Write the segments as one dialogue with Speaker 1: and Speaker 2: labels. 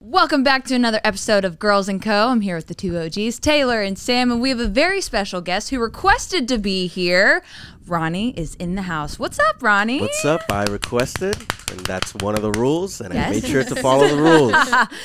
Speaker 1: Welcome back to another episode of Girls and Co. I'm here with the two OGs, Taylor and Sam, and we have a very special guest who requested to be here. Ronnie is in the house. What's up, Ronnie?
Speaker 2: What's up? I requested, and that's one of the rules, and
Speaker 1: Yes.
Speaker 2: I made sure to follow the rules.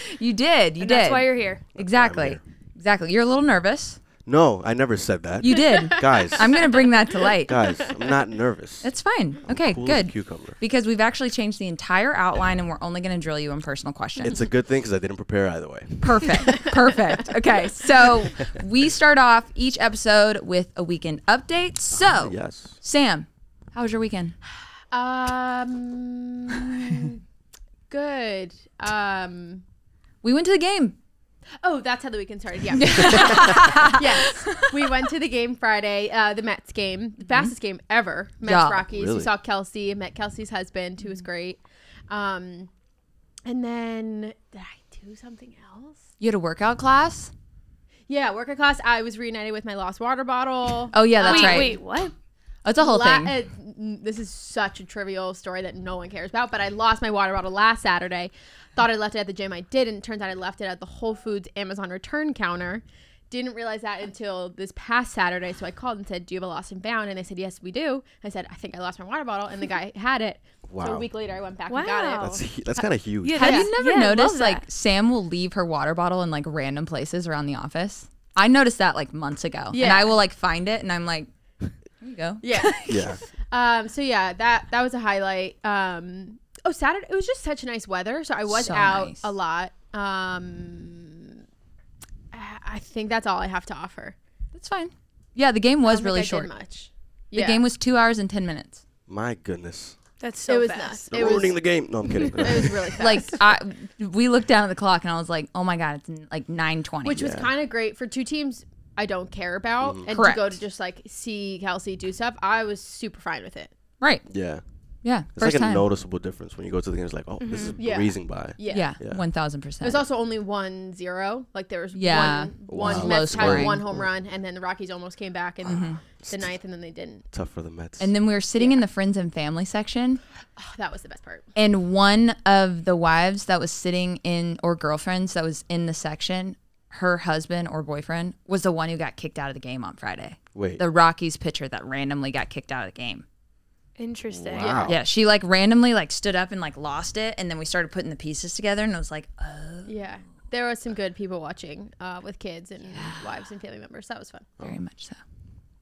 Speaker 1: You did. You did.
Speaker 3: That's why you're here.
Speaker 1: exactly.
Speaker 2: here.
Speaker 1: Exactly. You're a little nervous.
Speaker 2: No, I never said that.
Speaker 1: You did.
Speaker 2: guys,
Speaker 1: I'm gonna bring that to light.
Speaker 2: guys, I'm not nervous.
Speaker 1: That's fine. Okay,
Speaker 2: cool as a
Speaker 1: good.
Speaker 2: cucumber.
Speaker 1: Because we've actually changed the entire outline, and we're only gonna drill you in personal questions.
Speaker 2: It's a good thing because I didn't prepare either way.
Speaker 1: Perfect. Perfect. Okay. So we start off each episode with a weekend update.
Speaker 2: Uh-huh,
Speaker 1: So,
Speaker 2: Yes.
Speaker 1: Sam, how was your weekend?
Speaker 3: Um, good. Um,
Speaker 1: We went to the game.
Speaker 3: oh, that's how the weekend started. Yeah. yes. We went to the game Friday, uh, the Mets game, the fastest game ever.
Speaker 1: Mm-hmm.
Speaker 3: Mets
Speaker 1: Yeah. Mm-hmm.
Speaker 3: Rockies.
Speaker 2: Really?
Speaker 3: We saw Kelsey, met Kelsey's husband, who was great. Um, and then did I do something else?
Speaker 1: You had a workout class?
Speaker 3: Yeah, workout class. I was reunited with my lost water bottle.
Speaker 1: Oh, yeah, that's
Speaker 4: wait,
Speaker 1: right.
Speaker 4: wait, what?
Speaker 1: That's a whole
Speaker 3: La-
Speaker 1: thing.
Speaker 3: uh, n- this is such a trivial story that no one cares about, but I lost my water bottle last Saturday. Thought I left it at the gym. I didn't. Turns out I left it at the Whole Foods Amazon return counter. Didn't realize that until this past Saturday. So I called and said, Do you have a lost and found? And they said, Yes, we do. I said, I think I lost my water bottle. And the guy had it. So
Speaker 2: Wow.
Speaker 3: a week later, I went back and got it.
Speaker 4: Wow.
Speaker 2: That's hu- that's kind of huge.
Speaker 4: Yeah,
Speaker 1: Have
Speaker 4: that's-
Speaker 1: you never
Speaker 4: yeah, I love
Speaker 1: noticed like
Speaker 4: that.
Speaker 1: Sam will leave her water bottle in like random places around the office? I noticed that like months ago. And
Speaker 3: Yeah.
Speaker 1: I will like find it and I'm like, there you go.
Speaker 3: Yeah.
Speaker 2: Yeah.
Speaker 3: Um, so yeah, that that was a highlight. Um, oh, Saturday it was just such nice weather, so I was
Speaker 1: So
Speaker 3: out
Speaker 1: nice.
Speaker 3: a lot. Um, I I think that's all I have to offer.
Speaker 1: That's fine. Yeah, the game was
Speaker 3: I don't think
Speaker 1: really
Speaker 3: I did
Speaker 1: short.
Speaker 3: much.
Speaker 1: The game was two hours and 10 minutes.
Speaker 2: My goodness.
Speaker 4: That's
Speaker 3: it
Speaker 4: so
Speaker 3: was
Speaker 4: fast.
Speaker 3: nuts.
Speaker 2: They're
Speaker 3: It was,
Speaker 2: ruining
Speaker 3: it
Speaker 2: the game. No, I'm kidding.
Speaker 3: was really fast.
Speaker 1: Like I, we looked down at the clock and I was like, "Oh my god, it's like 9:20."
Speaker 3: which was kind of great for two teams I don't care about, and
Speaker 1: Correct.
Speaker 3: to go to just like see Kelsey do stuff. I was super fine with it.
Speaker 1: right.
Speaker 2: yeah.
Speaker 1: Yeah.
Speaker 2: It's
Speaker 1: first
Speaker 2: like a
Speaker 1: time. Mm-hmm.
Speaker 2: noticeable difference when you go to the game. It's like, oh, this is
Speaker 3: Yeah.
Speaker 2: breezing by.
Speaker 3: Yeah.
Speaker 1: Yeah,
Speaker 2: Yeah.
Speaker 1: one thousand
Speaker 3: It was
Speaker 1: percent.
Speaker 3: also only one zero. Like there was
Speaker 1: Yeah.
Speaker 3: one,
Speaker 2: Wow.
Speaker 3: one
Speaker 1: Low
Speaker 3: Mets
Speaker 1: scoring.
Speaker 3: had one home run, and then the Rockies almost came back in
Speaker 1: Mm-hmm.
Speaker 3: the ninth, and then they didn't.
Speaker 2: Tough for the Mets.
Speaker 1: And then we were sitting in the friends and family section,
Speaker 3: Oh, that was the best part.
Speaker 1: and one of the wives that was sitting in or girlfriends that was in the section, her husband or boyfriend was the one who got kicked out of the game on Friday.
Speaker 2: Wait.
Speaker 1: The Rockies pitcher that randomly got kicked out of the game.
Speaker 4: Interesting.
Speaker 2: wow.
Speaker 1: Yeah, she like randomly like stood up and like lost it, and then we started putting the pieces together, and I was like, oh,
Speaker 3: Yeah. There was some good people watching uh, with kids and wives and family members. That was fun.
Speaker 1: very
Speaker 2: Oh.
Speaker 1: much so.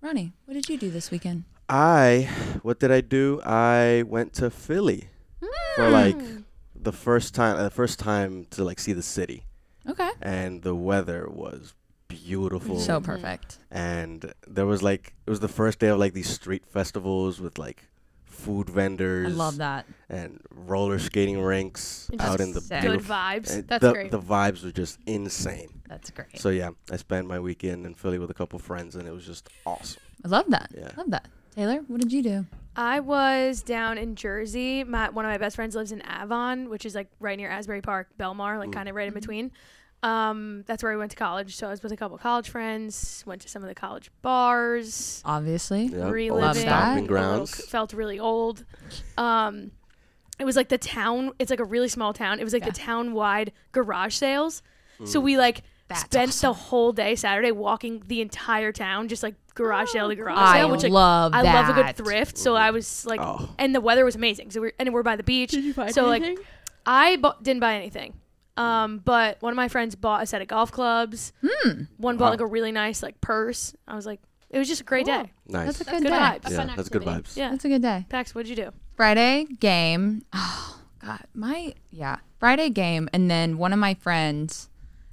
Speaker 1: Ronnie, what did you do this weekend?
Speaker 2: I, what did I do? I went to Philly for like
Speaker 1: Mm.
Speaker 2: the first time, the first time to like see the city,
Speaker 1: Okay,
Speaker 2: and the weather was beautiful.
Speaker 1: so perfect.
Speaker 2: and there was like it was the first day of like these street festivals with like food vendors.
Speaker 1: I love that.
Speaker 2: And roller skating rinks out in the
Speaker 1: sick.
Speaker 4: Good
Speaker 2: beautiful-
Speaker 4: vibes.
Speaker 2: and
Speaker 3: That's
Speaker 2: the,
Speaker 3: great.
Speaker 2: The vibes were just insane.
Speaker 1: That's great.
Speaker 2: So yeah, I spent my weekend in Philly with a couple friends, and it was just awesome.
Speaker 1: I love that.
Speaker 2: Yeah.
Speaker 1: Love that. Taylor, what did you do?
Speaker 4: I was down in Jersey. My one of my best friends lives in Avon, which is like right near Asbury Park, Belmar, like kind of right in between. Um, that's where I went to college. So I was with a couple of college friends. Went to some of the college bars.
Speaker 1: Obviously.
Speaker 2: Yeah, old
Speaker 4: reliving Oh,
Speaker 1: that.
Speaker 2: stomping
Speaker 4: a little-
Speaker 2: grounds.
Speaker 4: felt really old. Um, it was like the town. It's like a really small town. It was like the town-wide garage sales.
Speaker 2: Mm.
Speaker 4: So we like
Speaker 1: That's
Speaker 4: spent the whole day Saturday walking the entire town, just like garage sale to garage
Speaker 1: Oh, I
Speaker 4: sale. Which like,
Speaker 1: love
Speaker 4: I love a
Speaker 1: that.
Speaker 4: good thrift. So I was like,
Speaker 2: Oh.
Speaker 4: and the weather was amazing. So we're and we're by the beach.
Speaker 3: you buy
Speaker 4: so like,
Speaker 3: anything?
Speaker 4: I bu- didn't buy anything. Um, but one of my friends bought a set of golf clubs.
Speaker 1: Hmm.
Speaker 4: One bought like a really nice like purse. I was like, it was just a great
Speaker 3: Cool.
Speaker 4: day.
Speaker 2: Nice.
Speaker 1: That's a good,
Speaker 4: Good
Speaker 1: day.
Speaker 4: vibes.
Speaker 3: A
Speaker 2: yeah,
Speaker 3: fun
Speaker 2: that's good
Speaker 3: activity.
Speaker 2: vibes.
Speaker 4: Yeah.
Speaker 1: That's a good day.
Speaker 4: Pax, what'd you do?
Speaker 1: Friday game. Oh god, my yeah. Friday game and then one of my friends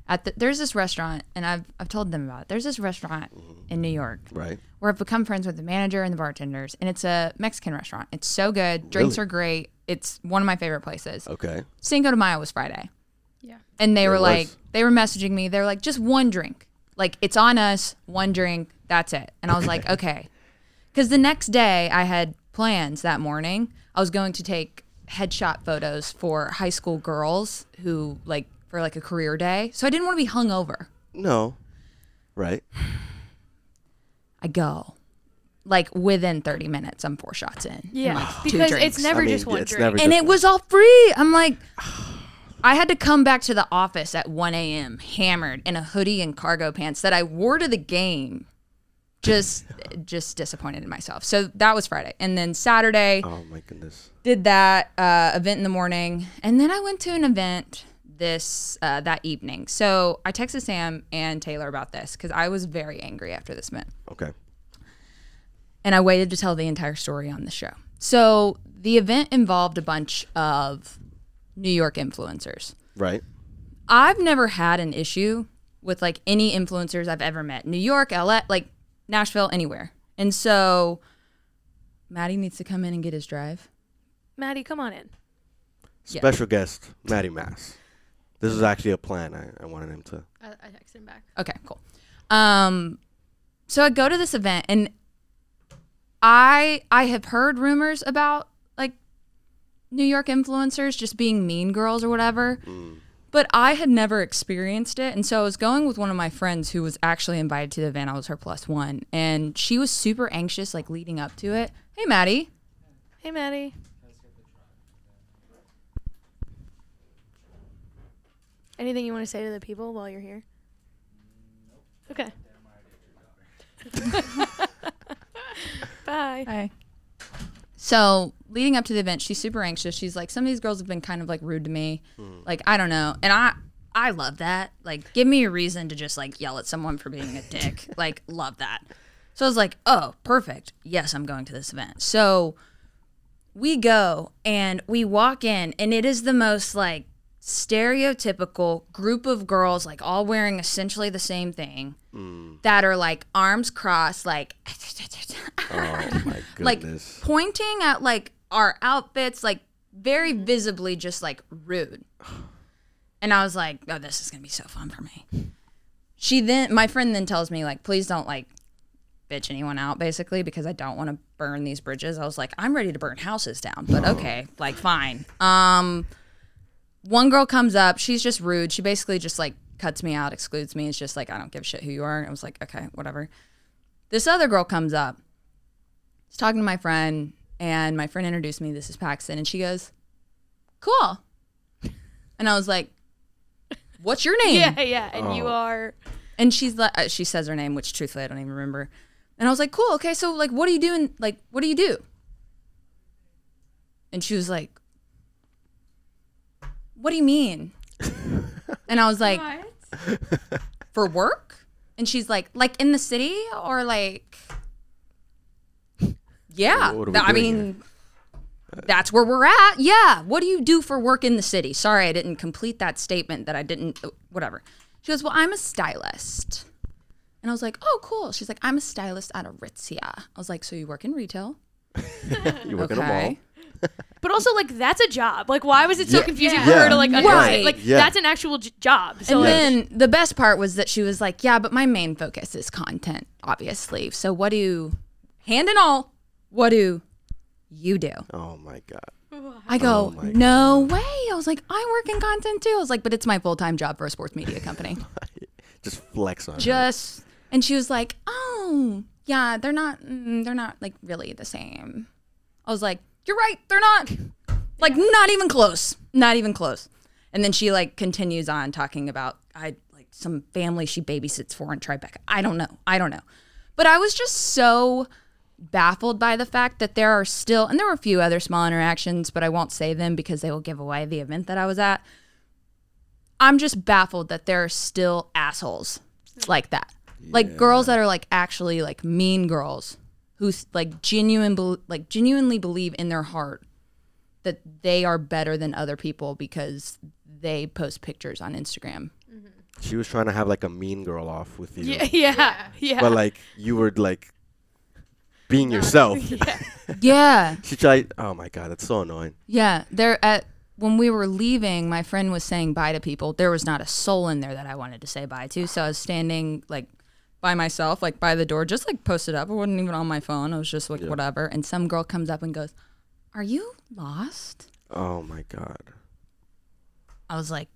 Speaker 1: at the, there's this restaurant and I've I've told them about it. There's this restaurant in New York
Speaker 2: Right.
Speaker 1: where I've become friends with the manager and the bartenders and it's a Mexican restaurant. It's so good. Drinks
Speaker 2: Really?
Speaker 1: are great. It's one of my favorite places.
Speaker 2: Okay.
Speaker 1: Cinco de Mayo was Friday.
Speaker 3: Yeah.
Speaker 1: And they
Speaker 2: Yeah,
Speaker 1: were
Speaker 2: it
Speaker 1: like,
Speaker 2: was.
Speaker 1: they were messaging me. They were like, just one drink. Like, it's on us, one drink, that's it. And I was like, okay. Because the next day, I had plans that morning. I was going to take headshot photos for high school girls who, like, for like a career day. So I didn't want to be hungover.
Speaker 2: No. Right.
Speaker 1: I go. Like within 30 minutes, I'm four shots in. and,
Speaker 4: Yeah,
Speaker 1: like, two
Speaker 4: because
Speaker 1: drinks.
Speaker 4: it's never
Speaker 2: I mean,
Speaker 4: just one
Speaker 2: it's
Speaker 4: drink.
Speaker 2: never
Speaker 1: and
Speaker 2: just
Speaker 1: it was all free. I'm like, I had to come back to the office at 1 a.m. hammered in a hoodie and cargo pants that I wore to the game. Just, just disappointed in myself. So that was Friday, and then Saturday
Speaker 2: Oh my goodness.
Speaker 1: did that uh, event in the morning, and then I went to an event this uh, that evening. So I texted Sam and Taylor about this because I was very angry after this event
Speaker 2: Okay.
Speaker 1: and I waited to tell the entire story on the show. So the event involved a bunch of New York influencers.
Speaker 2: Right.
Speaker 1: I've never had an issue with like any influencers I've ever met. New York, LA, like Nashville, anywhere. And so Maddie needs to come in and get his drive.
Speaker 4: Maddie, come on in.
Speaker 1: Yeah.
Speaker 2: Special guest, Maddie Mass. This is actually a plan I, I wanted him to.
Speaker 3: I, I texted him back.
Speaker 1: Okay, cool. Um, so I go to this event and I I have heard rumors about like New York influencers just being mean girls or whatever. But I had never experienced it. And so I was going with one of my friends who was actually invited to the event. I was her plus one. And she was super anxious, like leading up to it. Hey, Maddie.
Speaker 4: Hey, Maddie. Anything you want to say to the people while you're here? Okay. Bye.
Speaker 1: Hi. So leading up to the event, she's super anxious. She's like, some of these girls have been kind of like rude to me. Like, I don't know. And I I love that. Like, give me a reason to just like yell at someone for being a dick. like, love that. So I was like, oh, perfect. Yes, I'm going to this event. So we go and we walk in and it is the most like stereotypical group of girls like all wearing essentially the same thing that are like arms crossed like
Speaker 2: Oh my
Speaker 1: like
Speaker 2: goodness.
Speaker 1: pointing at like our outfits, like very visibly just like rude. And I was like, oh, this is gonna be so fun for me. She then, my friend then tells me like, please don't like bitch anyone out basically because I don't want to burn these bridges. I was like, I'm ready to burn houses down, but okay, like fine. Um, one girl comes up, she's just rude. She basically just like cuts me out, excludes me. It's just like, I don't give a shit who you are. I was like, okay, whatever. This other girl comes up, was talking to my friend, and my friend introduced me. This is Paxton, and she goes, "Cool," and I was like, "What's your name?"
Speaker 4: Yeah, yeah. And you
Speaker 2: Oh.
Speaker 4: are.
Speaker 1: And she's like, uh, she says her name, which truthfully I don't even remember. And I was like, "Cool, okay, so like, what do you do? And like, what do you do?" And she was like, "What do you mean?" and I was like, "For work?" And she's like, "Like in the city or like." Yeah,
Speaker 2: What are we
Speaker 1: th- I
Speaker 2: doing
Speaker 1: mean, that's where we're at. Yeah. What do you do for work in the city? Sorry, I didn't complete that statement that I didn't, uh, whatever. She goes, Well, I'm a stylist. And I was like, Oh, cool. She's like, I'm a stylist at Aritzia. I was like, So you work in retail?
Speaker 2: you work in a mall.
Speaker 1: Okay.
Speaker 4: But also, like, that's a job. Like, why was it so
Speaker 2: Yeah.
Speaker 4: confusing
Speaker 2: Yeah.
Speaker 4: for her
Speaker 2: Yeah.
Speaker 4: to, like,
Speaker 1: Right.
Speaker 4: understand? Like,
Speaker 2: Yeah.
Speaker 4: that's an actual j- job. So,
Speaker 1: And
Speaker 4: like,
Speaker 1: then the best part was that she was like, Yeah, but my main focus is content, obviously. So what do, hand in all, what do you do?
Speaker 2: Oh my god.
Speaker 1: I go,
Speaker 2: my
Speaker 1: No way. I was like, I work in content too. I was like, But it's my full time job for a sports media company.
Speaker 2: Just flex on her.
Speaker 1: just and she was like oh yeah they're not mm, they're not like really the same i was like you're right they're not like not even close not even close and then she like continues on talking about i like some family she babysits for in tribeca i don't know i don't know but i was just so baffled by the fact that there are still and there were a few other small interactions but i won't say them because they will give away the event that i was at i'm just baffled that there are still assholes like that like girls that are like actually like mean girls who s- like genuine bel- like genuinely believe in their heart that they are better than other people because they post pictures on instagram
Speaker 2: She was trying to have like a mean girl off with you.
Speaker 4: yeah, yeah, yeah.
Speaker 2: But like you were like being yourself.
Speaker 1: yeah
Speaker 2: She tried oh my god, that's so annoying.
Speaker 1: yeah they're at when we were leaving my friend was saying bye to people there was not a soul in there that i wanted to say bye to so i was standing like by myself like by the door just like posted up i wasn't even on my phone i was just like whatever and some girl comes up and goes are you lost
Speaker 2: Oh my god.
Speaker 1: I was like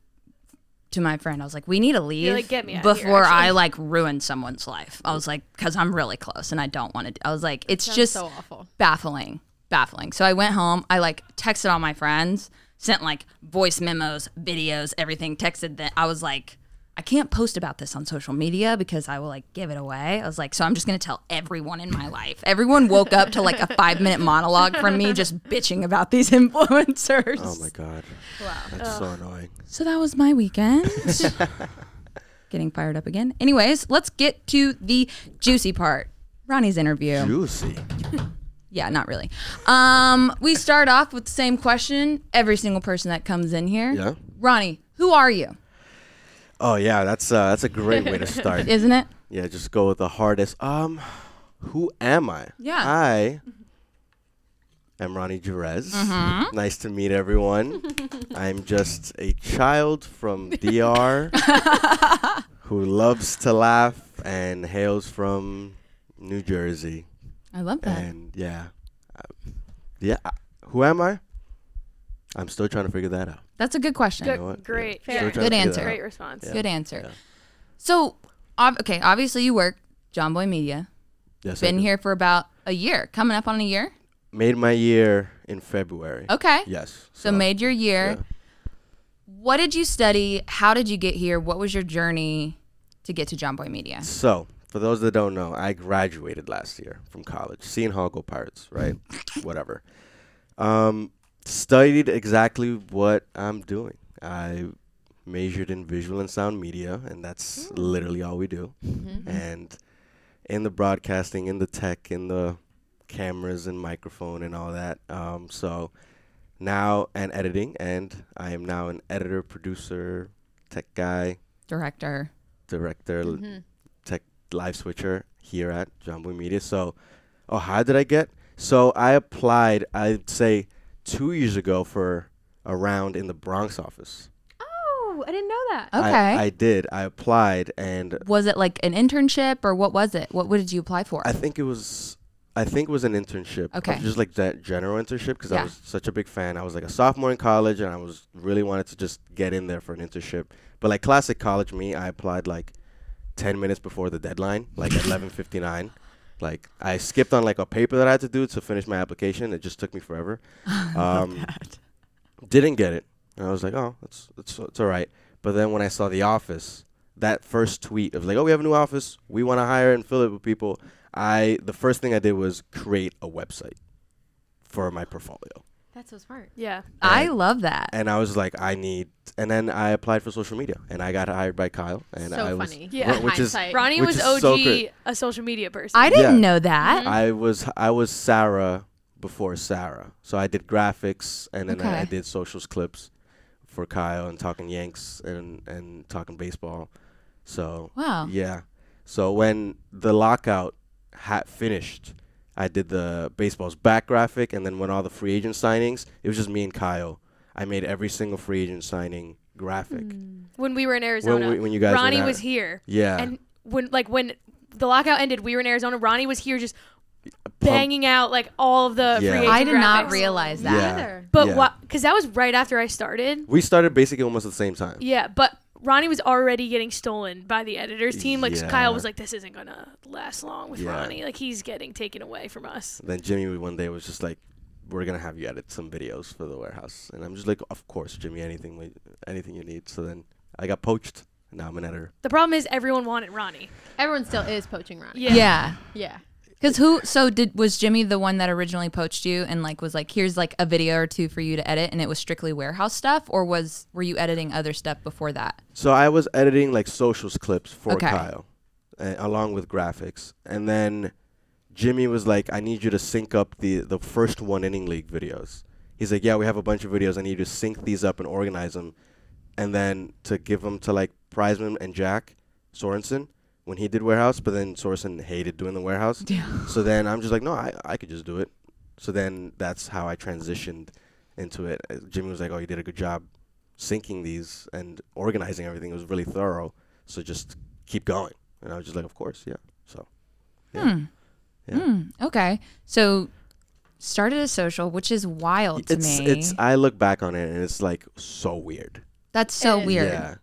Speaker 1: to my friend, I was like, "We need to leave
Speaker 4: like, "Get me outta here,
Speaker 1: before
Speaker 4: actually."
Speaker 1: I like ruin someone's life." I was like, "Cause I'm really close, and I don't want to." I was like, "It's
Speaker 3: That's
Speaker 1: just
Speaker 3: so awful.
Speaker 1: baffling, baffling." So I went home. I like texted all my friends. sent like voice memos, videos, everything, texted that I was like, I can't post about this on social media because I will like give it away. I was like, so I'm just gonna tell everyone in my life. Everyone woke up to like a five minute monologue from me just bitching about these influencers.
Speaker 2: Oh my god. Wow. That's so annoying.
Speaker 1: So that was my weekend. Getting fired up again. Anyways, let's get to the juicy part. Ronnie's interview.
Speaker 2: Juicy.
Speaker 1: Yeah, not really. Um, we start off with the same question every single person that comes in here.
Speaker 2: Yeah.
Speaker 1: Ronnie, who are you?
Speaker 2: Oh yeah, that's uh, that's a great way to start.
Speaker 1: Isn't it?
Speaker 2: Yeah, just go with the hardest. Um, who am I?
Speaker 1: Yeah. Mm-hmm.
Speaker 2: I am Ronnie Jerez. Nice to meet everyone. I'm just a child from DR who loves to laugh and hails from New Jersey.
Speaker 1: I love that.
Speaker 2: And yeah, I- yeah. I- Who am I? I'm still trying to figure that out.
Speaker 1: That's a good question.
Speaker 2: know what? Yeah.
Speaker 4: Good, great,
Speaker 2: Still
Speaker 4: fair.
Speaker 2: trying
Speaker 1: Good
Speaker 2: to figure that
Speaker 1: answer.
Speaker 2: out.
Speaker 4: great response.
Speaker 1: Good answer. So, ob- okay, obviously you work John Boy Media.
Speaker 2: Yes, I
Speaker 1: Been
Speaker 2: do.
Speaker 1: here for about a year, coming up on a year.
Speaker 2: Made my year in February.
Speaker 1: Okay.
Speaker 2: Yes.
Speaker 1: Oh. So made your year.
Speaker 2: yeah.
Speaker 1: What did you study? How did you get here? What was your journey to get to John Boy Media?
Speaker 2: So, for those that don't know, I graduated last year from college. Seeing Hall go Pirates, right? Whatever. Um, studied exactly what I'm doing. I majored in visual and sound media, and that's literally all we do. And in the broadcasting, in the tech, in the cameras and microphone and all that. Um, so now and editing, and I am now an editor, producer, tech guy,
Speaker 1: Director.
Speaker 2: director, l- tech live switcher here at Jumbo Media. So, oh, how did I get? So I applied, I'd say, two years ago for a round in the Bronx office.
Speaker 3: Oh, I didn't know that.
Speaker 1: Okay.
Speaker 2: I, I did. I applied, and
Speaker 1: was it like an internship or what was it? What, what did you apply for?
Speaker 2: I think it was. I think it was an internship.
Speaker 1: Okay.
Speaker 2: Just like that general internship because
Speaker 1: Yeah.
Speaker 2: I was such a big fan. I was like a sophomore in college and I was really wanted to just get in there for an internship. But like classic college me, I applied like 10 minutes before the deadline, like at 11:59. Like I skipped on like a paper that I had to do to finish my application. It just took me forever.
Speaker 1: Oh
Speaker 2: Um, didn't get it. And I was like, "Oh, it's it's it's all right." But then when I saw the office, that first tweet of like, "Oh, we have a new office. We want to hire and fill it with people." I the first thing I did was create a website for my portfolio,
Speaker 3: That's so smart.
Speaker 4: Yeah.
Speaker 1: I love that.
Speaker 2: and I was like, "I need." And then I applied for social media, and I got hired by Kyle, and
Speaker 3: so
Speaker 2: I was
Speaker 3: funny.
Speaker 4: Yeah.
Speaker 3: In
Speaker 2: which is-
Speaker 3: hindsight.
Speaker 4: Ronnie
Speaker 2: Which
Speaker 4: was
Speaker 2: is
Speaker 4: OG,
Speaker 2: so great.
Speaker 4: a social media person.
Speaker 1: I didn't
Speaker 2: Yeah.
Speaker 1: know
Speaker 3: Mm-hmm.
Speaker 1: that.
Speaker 2: I was I was Sarah before Sarah, so I did graphics, and then I, I
Speaker 1: Okay.
Speaker 2: did socials clips for Kyle and talking Yanks and and talking baseball. So
Speaker 1: Wow.
Speaker 2: yeah. So when the lockout had finished, I did the baseball's back graphic, and then when all the free agent signings, it was just me and Kyle. I made every single free agent signing graphic.
Speaker 4: when we were in Arizona,
Speaker 2: we- when you guys were in
Speaker 4: Ronnie
Speaker 2: Ari-
Speaker 4: was here.
Speaker 2: Yeah.
Speaker 4: And when like when the lockout ended, we were in Arizona. Ronnie was here just banging out like all of the
Speaker 2: Yeah.
Speaker 4: free agent
Speaker 1: I did not
Speaker 4: graphics.
Speaker 1: realize that.
Speaker 2: yeah.
Speaker 3: either.
Speaker 4: But
Speaker 2: Yeah.
Speaker 4: what? Because that was right after I started.
Speaker 2: We started basically almost at the same time.
Speaker 4: Yeah, but Ronnie was already getting stolen by the editors team. Like so Kyle
Speaker 2: Yeah.
Speaker 4: was like, "This isn't gonna last long with
Speaker 2: Yeah.
Speaker 4: Ronnie. Like he's getting taken away from us."
Speaker 2: Then Jimmy would- one day was just like, "We're gonna have you edit some videos for the warehouse," and I'm just like, "Of course, Jimmy, anything, we- anything you need." So then I got poached. and Now I'm an editor.
Speaker 4: The problem is everyone wanted Ronnie.
Speaker 3: Everyone still is poaching Ronnie.
Speaker 4: Yeah.
Speaker 1: Yeah.
Speaker 3: Yeah.
Speaker 1: Cause who? So did was Jimmy the one that originally poached you and like was like, here's like a video or two for you to edit, and it was strictly warehouse stuff, or was were you editing other stuff before that?
Speaker 2: So I was editing like socials clips for
Speaker 1: Okay.
Speaker 2: Kyle, uh, along with graphics, and then Jimmy was like, "I need you to sync up the the first one inning league videos." He's like, "Yeah, we have a bunch of videos. I need you to sync these up and organize them, and then to give them to like Prizeman and Jack Sorensen when he did warehouse, but then Sorensen hated doing the warehouse.
Speaker 1: Yeah.
Speaker 2: So then I'm just like, no, I I could just do it. So then that's how I transitioned into it. Uh, Jimmy was like, oh, you did a good job syncing these and organizing everything. It was really thorough. So just keep going. And I was just like, of course, yeah. So
Speaker 1: Okay. So started a social, which is wild to
Speaker 2: it's
Speaker 1: me.
Speaker 2: it's I look back on it and it's like so weird.
Speaker 1: that's so
Speaker 3: It is.
Speaker 1: weird.
Speaker 2: Yeah.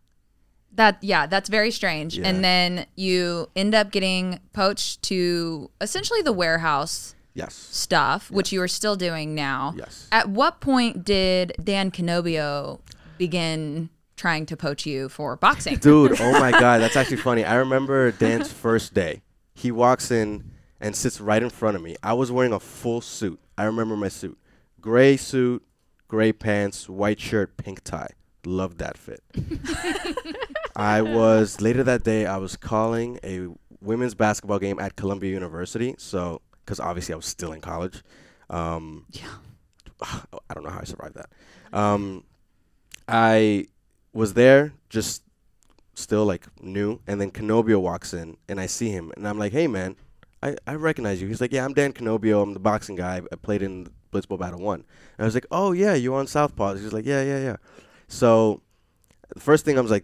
Speaker 1: That yeah, that's very strange.
Speaker 2: Yeah.
Speaker 1: And then you end up getting poached to essentially the warehouse.
Speaker 2: Yes.
Speaker 1: stuff, which you are still doing now.
Speaker 2: Yes.
Speaker 1: At what point did Dan Canobio begin trying to poach you for boxing?
Speaker 2: Dude, oh my God, that's actually funny. I remember Dan's first day. He walks in and sits right in front of me. I was wearing a full suit. I remember my suit gray suit, gray pants, white shirt, pink tie. Loved that fit. I was, later that day, I was calling a women's basketball game at Columbia University. So, because obviously I was still in college. Um,
Speaker 1: Yeah.
Speaker 2: I don't know how I survived that. Um, I was there just still like new and then Kenobio walks in and I see him and I'm like, Hey man, I, I recognize you. He's like, Yeah, I'm Dan Kenobio, I'm the boxing guy. I played in Blitzball Battle One. And I was like, Oh yeah, you on Southpaw. He's like, Yeah, yeah, yeah. So the first thing I was like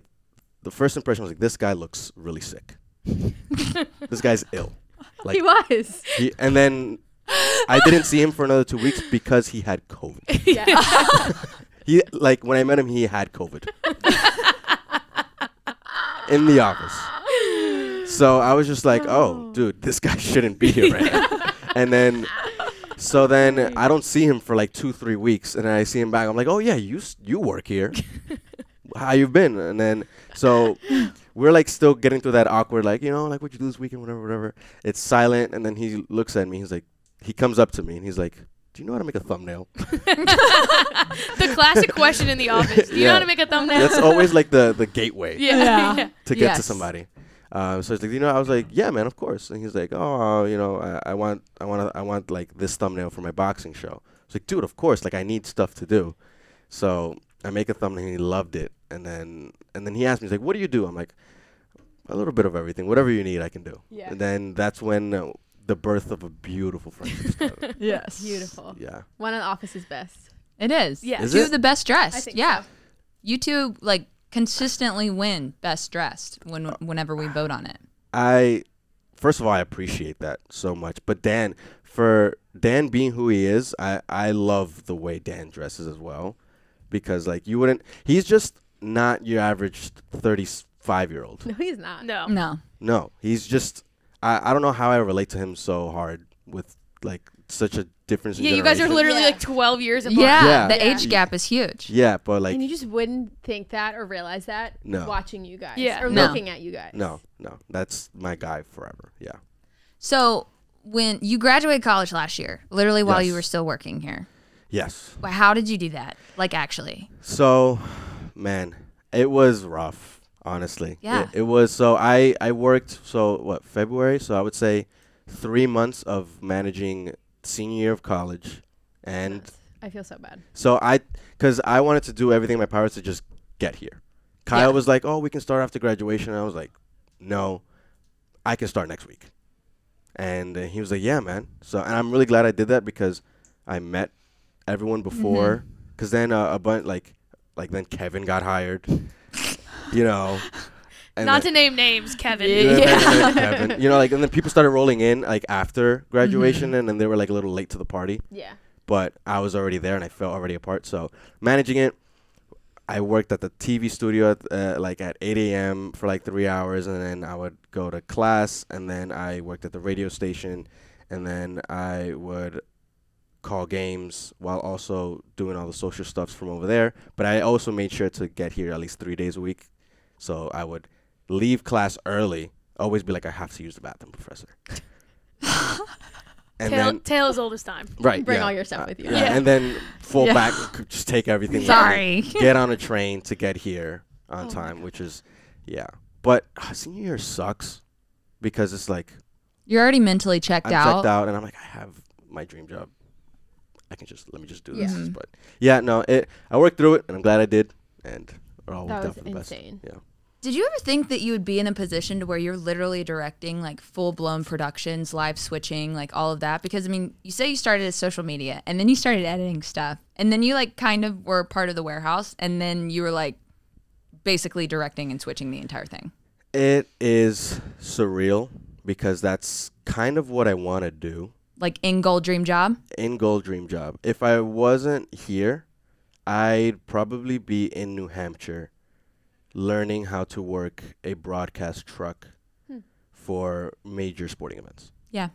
Speaker 2: the first impression was like, This guy looks really sick. this guy's ill. Like
Speaker 3: he was.
Speaker 2: he, and then I didn't see him for another two weeks because he had COVID.
Speaker 3: Yeah.
Speaker 2: He like when I met him, he had COVID in the office. So I was just like, "Oh, dude, this guy shouldn't be here right now." And then, so then I don't see him for like two, three weeks, and then I see him back. I'm like, "Oh yeah, you s- you work here? How you been?" And then so we're like still getting through that awkward, like you know, like what you do this weekend, whatever, whatever. It's silent, and then he looks at me. He's like, he comes up to me and he's like, "Do you know how to make a thumbnail?"
Speaker 4: the classic question in the office. Do you know
Speaker 2: Yeah.
Speaker 4: how to make a thumbnail?
Speaker 2: That's always like the the gateway.
Speaker 4: yeah. yeah.
Speaker 2: to get to
Speaker 1: Yes.
Speaker 2: somebody. Um, so it's like, you know, I was like, yeah, man, of course. And he's like, oh, you know, I, I want, I want, to, I want like this thumbnail for my boxing show. I was like, dude, of course, like I need stuff to do. So I make a thumbnail, and he loved it. And then, and then he asked me, he's like, what do you do? I'm like, a little bit of everything, whatever you need, I can do.
Speaker 3: Yeah.
Speaker 2: And then that's when uh, the birth of a beautiful friendship started.
Speaker 1: yes.
Speaker 3: Beautiful.
Speaker 2: yeah.
Speaker 3: One of the office's best.
Speaker 1: It is.
Speaker 4: Yeah.
Speaker 2: Is
Speaker 1: Two
Speaker 2: it?
Speaker 1: of the best dressed.
Speaker 4: I think
Speaker 1: yeah.
Speaker 4: so.
Speaker 1: You two like consistently win best dressed when whenever we vote on it.
Speaker 2: I first of all I appreciate that so much. But Dan for Dan being who he is, I I love the way Dan dresses as well because like you wouldn't he's just not your average 35 year old.
Speaker 3: No, he's not.
Speaker 4: No.
Speaker 1: No.
Speaker 2: No, he's just I I don't know how I relate to him so hard with like such a difference in
Speaker 4: Yeah, you guys are
Speaker 2: generation.
Speaker 4: literally
Speaker 3: Yeah.
Speaker 4: like 12 years apart.
Speaker 1: Yeah,
Speaker 2: Yeah.
Speaker 1: the
Speaker 2: Yeah.
Speaker 1: age gap is huge.
Speaker 2: Yeah, but like
Speaker 3: and you just wouldn't think that or realize that
Speaker 2: No.
Speaker 3: watching you guys
Speaker 4: Yeah.
Speaker 3: or
Speaker 1: No.
Speaker 3: looking at you guys.
Speaker 2: no, no. That's my guy forever. Yeah.
Speaker 1: So when you graduated college last year, literally while you
Speaker 2: Yes.
Speaker 1: were still working here,
Speaker 2: Yes.
Speaker 1: wh- how did you do that? Like actually,
Speaker 2: So, man, it was rough, honestly.
Speaker 1: Yeah.
Speaker 2: It, it was so I I worked so what February, so I would say 3 months of managing senior year of college and
Speaker 3: I feel so bad.
Speaker 2: so I, because I wanted to do everything in my powers to just get here.
Speaker 1: Yeah.
Speaker 2: Kyle was like, "Oh, we can start after graduation." And I was like, "No, I can start next week." And uh, he was like, "Yeah, man." So, and I'm really glad I did that because I met everyone before. Because then uh, a bunch like, like then Kevin got hired, you know. And
Speaker 4: Not
Speaker 2: then-
Speaker 4: to name names, Kevin.
Speaker 2: you know, and then Kevin, you know, like, and then people started rolling in like after graduation, and then they were like a little late to the party
Speaker 3: Yeah.
Speaker 2: but I was already there and I felt already apart. So managing it, I worked at the TV studio at, uh, like at 8 a.m. for like three hours, and then I would go to class, and then I worked at the radio station, and then I would call games while also doing all the social stuffs from over there. But I also made sure to get here at least three days a week, so I would leave class early. Always be like, I have to use the bathroom, professor. and
Speaker 4: Tale, tale is old as time.
Speaker 2: Right.
Speaker 3: Bring
Speaker 2: yeah. Uh,
Speaker 3: all your stuff with you.
Speaker 2: Yeah.
Speaker 4: Yeah.
Speaker 2: And then fall
Speaker 1: Yeah.
Speaker 2: back, c- just take everything. with you.
Speaker 1: Sorry.
Speaker 2: Get on a train to get here
Speaker 3: Oh
Speaker 2: on time, which is, yeah. But uh, senior year sucks because it's like
Speaker 1: you're already mentally checked
Speaker 2: I'm
Speaker 1: out.
Speaker 2: checked out and I'm like, I have my dream job. I can just let me just do this.
Speaker 3: Mm-hmm.
Speaker 1: Yeah.
Speaker 2: But yeah, no, it. I worked through it and I'm glad I did. And it all
Speaker 3: That
Speaker 2: worked out
Speaker 3: was
Speaker 2: for the
Speaker 3: insane.
Speaker 2: best. Yeah.
Speaker 1: Did you ever think that you would be in a position to where you're literally directing like full blown productions, live switching, like all of that? Because I mean, you say you started as social media and then you started editing stuff and then you like kind of were part of the warehouse and then you were like basically directing and switching the entire thing.
Speaker 2: It is surreal because that's kind of what I want to do.
Speaker 1: Like in goal dream job.
Speaker 2: in goal dream job. If I wasn't here, I'd probably be in New Hampshire learning how to
Speaker 3: Hmm.
Speaker 2: work a broadcast truck for major sporting events.
Speaker 1: Yeah.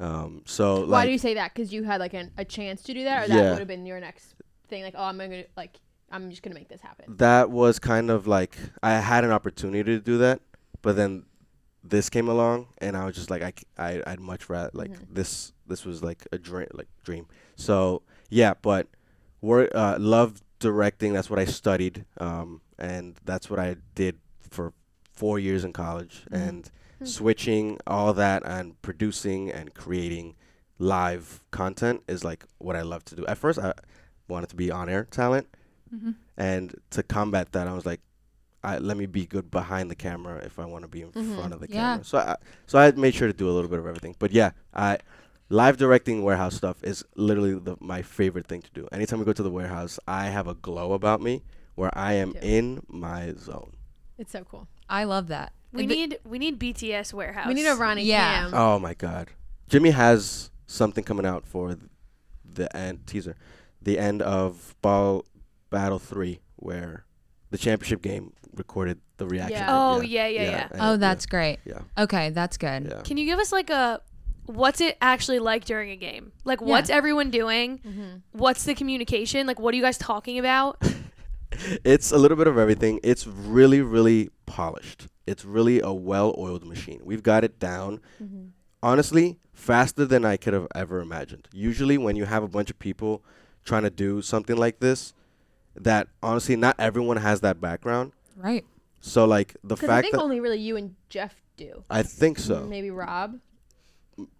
Speaker 2: Um, so
Speaker 3: Why
Speaker 2: like,
Speaker 3: do you say that? Because you had like an, a chance to do that, or
Speaker 2: Yeah.
Speaker 3: that would have been your next thing. Like, oh, I'm gonna like, I'm just gonna make this happen.
Speaker 2: that was kind of like I had an opportunity to do that, but then this came along, and I was just like, I, c- I would much rather like this. This was like a dream, like dream. So yeah, but work, uh, love directing. That's what I studied, um, and that's what I did for four years in college, and switching all that and producing and creating live content is like what I love to do. At first, I wanted to be on air talent, and to combat that, I was like, I, let me be good behind the camera if I want to be in front of the
Speaker 1: Yeah.
Speaker 2: camera. So I, so I made sure to do a little bit of everything. But yeah, I live directing warehouse stuff is literally the, my favorite thing to do. Anytime we go to the warehouse, I have a glow about me where I am
Speaker 3: too.
Speaker 2: in my zone.
Speaker 3: It's so cool.
Speaker 1: I love that.
Speaker 4: We
Speaker 1: The-
Speaker 4: need we need BTS warehouse.
Speaker 3: We need a Ronnie
Speaker 1: Yeah.
Speaker 3: Cam.
Speaker 2: Oh my god, Jimmy has something coming out for th- the end teaser, the end of Ball Battle Three, where the championship game recorded the reaction.
Speaker 3: Yeah.
Speaker 4: Oh yeah yeah yeah.
Speaker 2: and-
Speaker 1: Oh, that's great.
Speaker 2: yeah,
Speaker 1: Okay, that's good.
Speaker 2: yeah.
Speaker 4: Can you give us like a what's it actually like during a game? Like what's everyone doing? What's the communication? Like what are you guys talking about?
Speaker 2: It's a little bit of everything. It's really, really polished. It's really a well-oiled machine. We've got it down.
Speaker 1: Mm-hmm.
Speaker 2: Honestly, faster than I could have ever imagined. Usually, when you have a bunch of people trying to do something like this, that honestly, not everyone has that background.
Speaker 1: Right.
Speaker 2: So like the
Speaker 3: Because I
Speaker 2: fact
Speaker 3: think
Speaker 2: that
Speaker 3: only really you and Jeff do.
Speaker 2: I think so,
Speaker 3: Maybe Rob.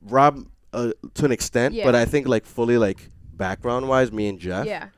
Speaker 2: Rob, uh, to an extent,
Speaker 3: Yeah.
Speaker 2: but I think like fully like background wise, me and Jeff.
Speaker 3: Yeah.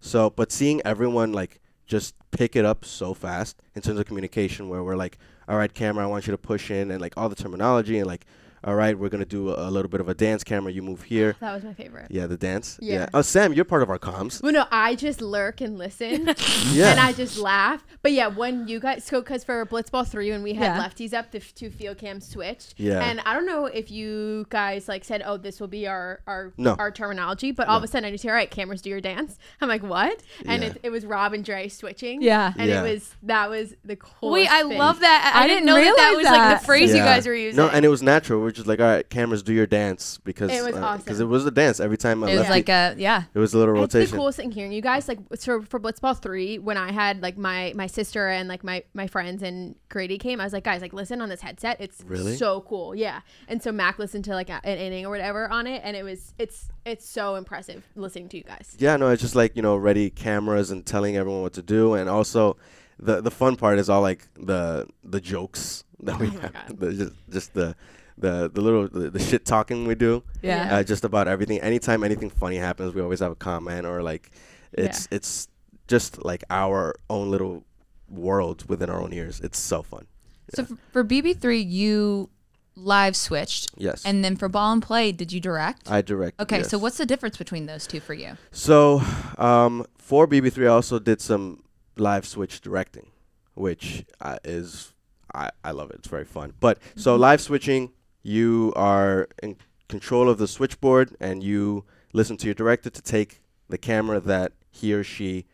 Speaker 2: So, but seeing everyone like just pick it up so fast in terms of communication, where we're like, all right, camera, I want you to push in, and like all the terminology, and like, all right, we're gonna do a, a little bit of a dance. Camera, you move here.
Speaker 3: That was my favorite.
Speaker 2: Yeah, the dance.
Speaker 3: Yeah.
Speaker 2: Oh, Sam, you're part of our comms.
Speaker 3: Well, no, I just lurk and listen,
Speaker 2: Yeah.
Speaker 3: and I just laugh. But yeah, when you guys so because for Blitzball three, when we had
Speaker 1: Yeah.
Speaker 3: lefties up, the f- two field cams switched.
Speaker 2: Yeah.
Speaker 3: And I don't know if you guys like said, "Oh, this will be our our
Speaker 2: No.
Speaker 3: our terminology," but all of a sudden I just hear, "All right, cameras, do your dance." I'm like, "What?" And
Speaker 2: Yeah.
Speaker 3: it, it was Rob and Dre switching.
Speaker 1: Yeah.
Speaker 3: And
Speaker 2: Yeah.
Speaker 3: it was that was the coolest.
Speaker 4: Wait, I
Speaker 3: thing.
Speaker 4: love that. I,
Speaker 1: I didn't
Speaker 4: didn't know that that
Speaker 1: realize
Speaker 4: was like the
Speaker 1: that.
Speaker 4: phrase you
Speaker 2: Yeah.
Speaker 4: guys were using.
Speaker 2: No, and it was natural. We're just like, all right, cameras, do your dance because
Speaker 3: It was
Speaker 2: Because
Speaker 3: awesome.
Speaker 2: it was a dance every time. I
Speaker 1: It was
Speaker 2: left
Speaker 1: like a yeah.
Speaker 2: It was a little
Speaker 3: It's the
Speaker 2: rotation.
Speaker 3: coolest thing hearing you guys like so for Blitzball three when I had like my my sister and like my my friends and Grady came I was like guys like listen on this headset it's
Speaker 2: Really?
Speaker 3: so cool yeah and so Mac listened to like a- an inning or whatever on it and it was it's it's so impressive listening to you guys
Speaker 2: Yeah, no, it's just like you know, ready cameras and telling everyone what to do, and also the the fun part is all like the the jokes that
Speaker 1: Oh
Speaker 2: we have,
Speaker 3: God.
Speaker 2: the, just just the the the little the, the shit talking we do.
Speaker 1: Yeah.
Speaker 2: uh, just about everything. Anytime anything funny happens, we always have a comment or like it's it's just like our own little world within our own ears. It's so fun.
Speaker 1: So f- for BB3, you live switched.
Speaker 2: Yes.
Speaker 1: And then for Ball and Play, did you direct?
Speaker 2: I direct.
Speaker 1: okay, so
Speaker 2: yes.
Speaker 1: what's the difference between those two for you?
Speaker 2: So, um, for BB3, I also did some live switch directing, which uh, is I, I love it. It's very fun. But so live switching, you are in control of the switchboard and you listen to your director to take the camera that he or she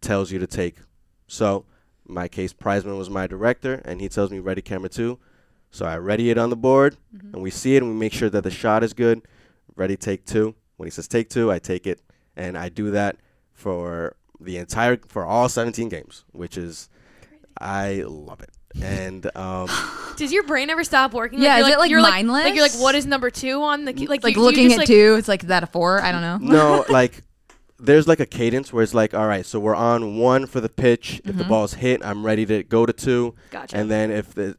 Speaker 2: tells you to take. So, in my case, Prizeman was my director, and he tells me ready camera two. So I ready it on the board, and we see it, and we make sure that the shot is good. Ready take two. When he says take two, I take it, and I do that for the entire for all 17 games, which is I love it. And um,
Speaker 4: Does your brain ever stop working?
Speaker 1: Yeah,
Speaker 4: you're
Speaker 1: is it, like,
Speaker 4: you're Like,
Speaker 1: mindless?
Speaker 4: you're like, what is number two on the key? like?
Speaker 1: Like
Speaker 4: you- you
Speaker 1: looking
Speaker 4: just,
Speaker 1: at
Speaker 4: like,
Speaker 1: two, it's like is that a four? I don't know.
Speaker 2: no, like there's like a cadence where it's like, all right, so we're on one for the pitch. If the ball's hit, I'm ready to go to two.
Speaker 4: Gotcha.
Speaker 2: And then if the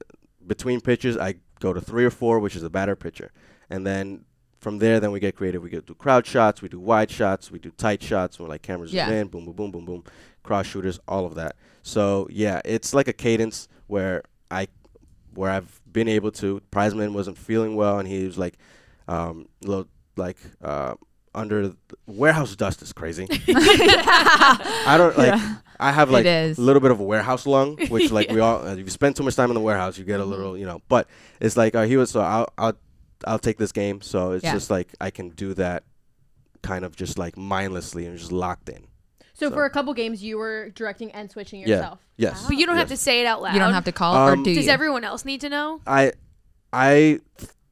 Speaker 2: between pitches, I go to three or four, which is a batter pitcher. And then from there, then we get creative. We get do crowd shots, we do wide shots, we do tight shots. We're like cameras zoom
Speaker 1: Yeah.
Speaker 2: in, boom, boom, boom, boom, boom, cross shooters, all of that. So yeah, it's like a cadence where I where I've been able to. Prizeman wasn't feeling well, and he was like, um, little like uh, under the warehouse dust is crazy. I don't like. I have like a
Speaker 1: is.
Speaker 2: little bit of a warehouse lung, which like we all. uh, If you spend too much time in the warehouse, you get
Speaker 1: Mm-hmm.
Speaker 2: a little, you know. But it's like uh, he was. So I'll, I'll, I'll take this game. So it's
Speaker 1: Yeah.
Speaker 2: just like I can do that, kind of just like mindlessly and just locked in.
Speaker 3: so,
Speaker 2: So-
Speaker 3: for a couple games you were directing and switching yourself
Speaker 2: Yeah. Yes.
Speaker 4: But you don't have
Speaker 2: Yes.
Speaker 4: to say it out loud.
Speaker 1: You don't have to call
Speaker 2: Um,
Speaker 1: or do
Speaker 4: Does
Speaker 1: you?
Speaker 4: everyone else need to know?
Speaker 2: I I